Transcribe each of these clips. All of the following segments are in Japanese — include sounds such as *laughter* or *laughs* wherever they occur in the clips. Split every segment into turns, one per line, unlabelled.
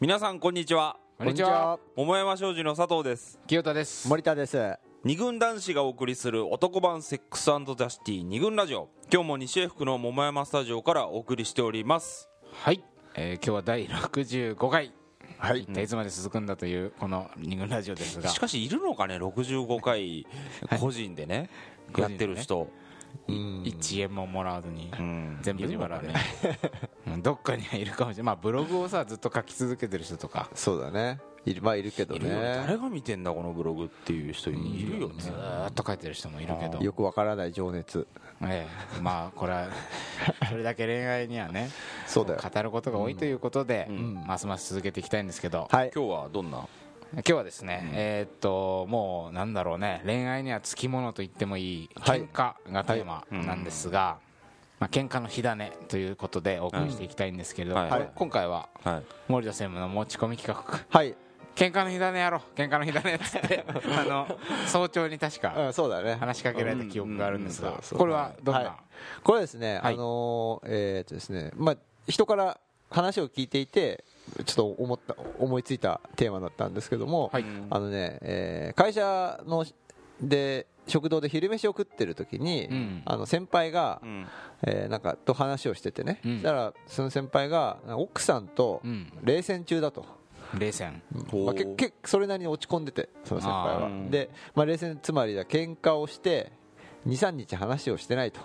皆さんこんにちは
こんにちは
桃山商事の佐藤です
清田です
森田です
二軍男子がお送りする男版セックスザシティ二軍ラジオ今日も西江福の桃山スタジオからお送りしております
はい、えー今日は第65回
は
一体いつまで続くんだというこの二軍ラジオですが
しかしいるのかね65回個人でね
個
や
人で
っ
ね
てる人
1円ももらわずに
ん
全部自腹で *laughs* うんどっかにはいるかもしれないまあブログをさずっと書き続けてる人とか
そうだねいるまあいるけど
いるよね
ね
誰が見てんだこのブログっていう人いるよね
ずーっと書いてる人もいるけど
よくわからない情熱
ええまあこ *laughs* れはそれだけ恋愛にはね
そうだよ
語ることが多いということでますます続けていきたいんですけど
はい
今日はどんな
今日はですね、えーっともうなんだろうね恋愛にはつきものと言ってもいい
はい
喧嘩がテーマなんですが、まあ喧嘩の火種ということでお送りしていきたいんですけれども、
うん
これ
はい
今回は
はい
森田専務の持ち込み企画
はい
「喧嘩の火種やろう喧嘩の火種」っつって *laughs* あの早朝に確
う
か
んそうだね
話しかけられた記憶があるんです
うん
が
うんそう
これはどんな、
はいこれはですね
は
あ
い
のーえーっとですねまあ人から話を聞いていてちょっと思った思いついたテーマだったんですけども
はい
あのねえー会社ので食堂で昼飯を食ってる時
う
に
ん
あの先輩が
うん
えーなんかと話をしててね
うん
そしたらその先輩が奥さんと
うん
冷戦中だと
冷戦
まあ、けけそれなりに落ち込んでてその先輩
あ
は
ー
で、まあ、冷戦つまりだ喧嘩をして23日話をしてないと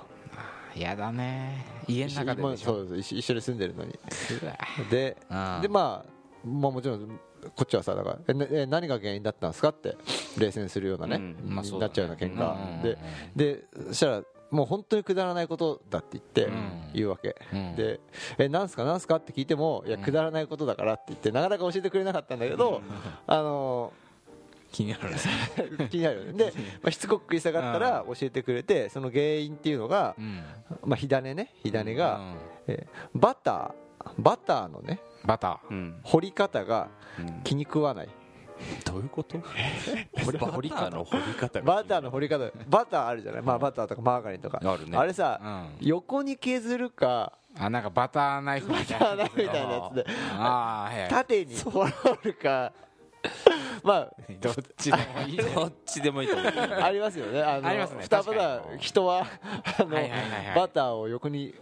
やだね家の
一
中ででし
まあそ
ょ
うです一緒一緒に住んでるのに
うわ
で
あー
で、まあ、まあもちろんこっちはさだからえなえ何が原因だったんですかって冷戦するようなね、
うん
まあそうだね
なっちゃうような喧
うん
嘩ででそしたらもう本当にくだらないことだって言って
ん
言うわけ、
うん
で「えなんすかなんすか?」って聞いても「いやくだらないことだから」って言ってなかなか教えてくれなかったんだけど、あのー
気になるね
気になるよねで、まあ、しつこく食い下がったら教えてくれてその原因っていうのが
う、ん
まあ、火種ね火種
う
が、
ん
えーバターバターのね
バター
うん
掘り方が
うん
気に食わない
どういうことバターの掘り *laughs* 方が
バターの掘り方バターあるじゃない、まあ、バターとかマーガリンとか
あるね
れさ、
う
横に削るか
あなんかバターナイフみたいな
バターナイフみたいなやつで
ああはいはい
縦に掘るか *laughs* まあ
どっちでもいいね
どっちでもいいと *laughs* 思う
ありますよねあの
ありますね
双
確
葉
か
だ
に
人 *laughs* はあの、
はいはいはいはい
バターを横に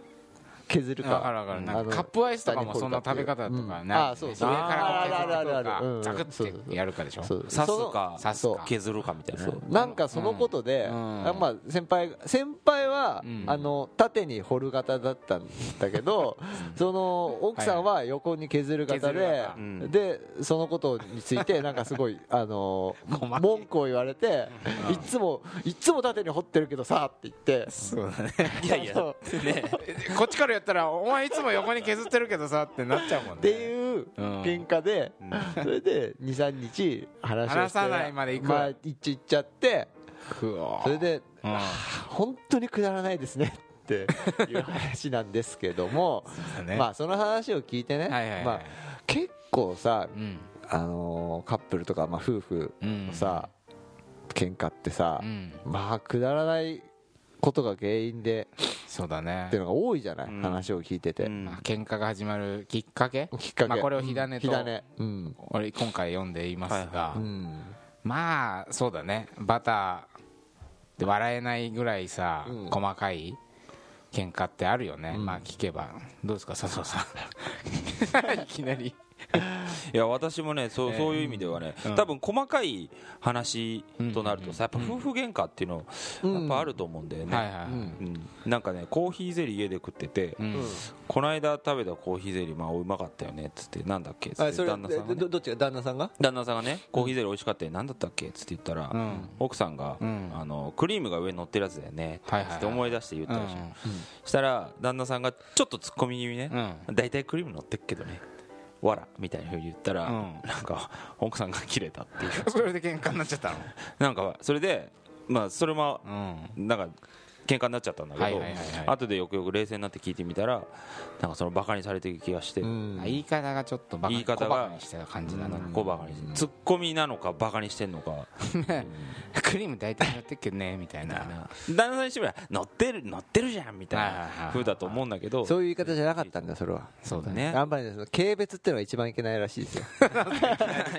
削るか
わかるわかる
うん
なんか
あの
カップアイスとかも
下に掘るって
そ
いう
んな食べ方とかね
うんああそうそう
上からこう削ってくるか
あるあるあるあるうん
ザクッてやるかでしょ
そう
刺
そ
す
の
か
刺すか
削るかみたいなね
なんかそのことで、
うん
あまあ、先輩が先輩は、
うん
あの縦に掘る型だったんだけどその奥さんは横に削る
削
型で、
る型
うん
でそのことについて *laughs* なんかすごいあの
細かい
文句を言われて、いつもいつも縦に掘ってるけどさって言って。
そうだね *laughs*
いやいや
あの
ね
こっちからやったらお前いつも横に削ってるけどさってなっちゃうもん
っ
ね
ていう喧嘩で、それで23日話をして
話さないまで行く
まあ、一っちゃって
うわ
それで、
うん
あー本当にくだらないですねっていう話なんですけ
*laughs*
ども
だね
まあ、その話を聞いてね、
はいはいはい
まあ、結構さ、
うん
あのーカップルとか、まあ、夫婦のさ、喧嘩ってさ、
うん
まあくだらないことが原因で
そうだね
っていうのが多いじゃない、
うん
話を聞いてて、
うん
まあ喧嘩が始まるきっかけ
きっかけ、
まあこれを火種と
火種うん、
俺今回読んでいますが
うん
まあそうだねバターで笑えないぐらいさ、
うん
細かい喧嘩ってあるよね、まあ聞けばどうですか佐藤さん *laughs* いきなり
いや私もねそう,、
ええ
そういう意味ではね、
うん
多分細かい話となるとさ、やっぱ夫婦喧嘩っていうの、
うん
やっぱあると思うんだよね、
はいはい、
うん
うんなんかねコーヒーゼリー家で食ってて、
うん
この間食べたコーヒーゼリーまあうまかったよねっつってなんだっけっつっ
あ
て
それ
旦那さんが、
えど
ね、
どっちが旦那さんが
旦那さんがねコーヒーゼリー美味しかったよねなんだったっけっつって言ったら、
うん
奥さんが、
うん
あの「クリームが上に乗ってるやつだよね」
はいはい
つって思い出して言ったらしい、
うん
したら旦那さんがちょっとツッコミ気味ね、
う
大体クリーム乗ってっけどねわらみたいなふうに言ったら、
うん
なんか奥さんが切れたっていう *laughs*
それで喧嘩になっちゃった
なんかそれでまあそれも
の
なんか喧嘩になっちゃったんだけど、
はいはいはいはい
後でよくよく冷静になって聞いてみたらなんかそのバカにされてる気がして、
うん
言い方がちょっとバカ
言い方が
小バカにしてた感じだな、
こうバカにしてツッコミなのかバカにしてんのか
クリーム大体やってっけどねみたいな
旦那さんにしてみれば乗ってる乗ってるじゃんみたい
はいはいは
ない風だと思うんだけど
そういう言い方じゃなかったんだそれは
そうだね
ね
あんまりねその軽蔑っていうのが一番いけないらしいですよ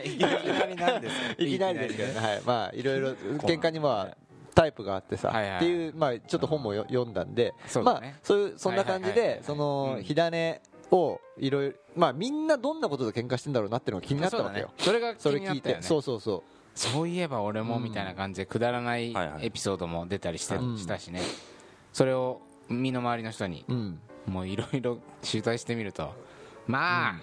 いきなりなんですよ
いきなりですけどねはいまあいろいろ喧嘩にまあタイプがあってさ
はいはい
っていうまあちょっと本もよ読んだんで
そう
ま
だ
あ
ね
そういうそんな感じ
はいはいはい
でその火種をいろいろまあみんなどんなことで喧嘩してんだろうなっていうのが気になった
そう
わ
だ
け
ね
よ
それが気
それ
にな
聞
っ
い
たよ
て
ね
そうそうそ
そういえば俺もみたいな感じでくだらない
はいはい
エピソードも出たりして
うん
したしねそれを身の回りの人に
ううん
もういろいろ取材してみるとまあ、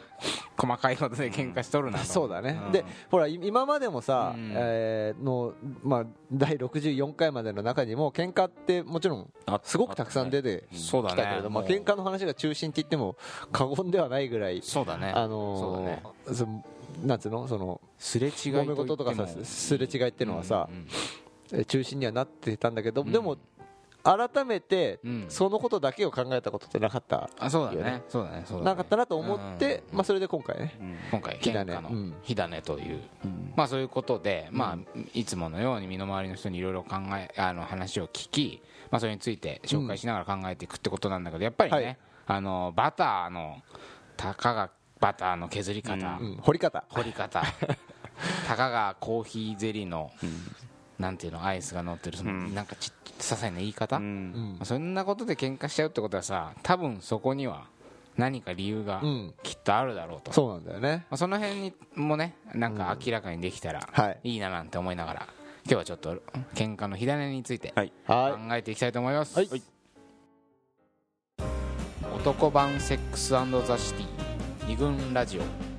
細かいことで喧嘩しとるなと
*laughs* そうだね、
ん
でほらい今までもさ、
うん
えーの、まあ、第64回までの中にも喧嘩ってもちろん
あ
すごくたくさん出てき
そうだ
た
ね
けれど、まあ、
もう
喧嘩の話が中心って言っても過言ではないぐらい、
そうだね
あ
そうだ
の
ね
ーそのなんつうのその
すれ違いと言っ
揉
て
め
も
事とかさすれ違いっていうのはさ
う、ん
え中心にはなってたんだけど、
うん
でも改めて、
うん
そのことだけを考えたことってなかった、
あそうだ
いいよ
ね
ね
そうだねそうだね
なかったなと思って、
うん
まあ、それで今回ね、
今回
火
喧
種
嘩の
うん
火種という、まあそういうことで、まあいつものように身の回りの人にいろいろ考えあの話を聞き、まあ、それについて紹介しながら考えていくってことなんだけどやっぱりね、
はい
あのバターのたかがバターの削り方、
うん、掘り方
掘り
*laughs*
方たかがコーヒーゼリーの、なんていうのアイスが乗ってるその、
うん
なんかちっ些細な言い方、
うん
うん
そんなことで喧嘩しちゃうってことはさ多分そこには何か理由が
うん
きっとあるだろうと、
そうなんだよね
まあ、その辺にもねなんか明らかにできたら
はい
いいななんて思いながら今日はちょっと喧嘩の火種について
はい
考
は
えていきたいと思います、
はいはい
男版セックスザシティ二軍ラジオ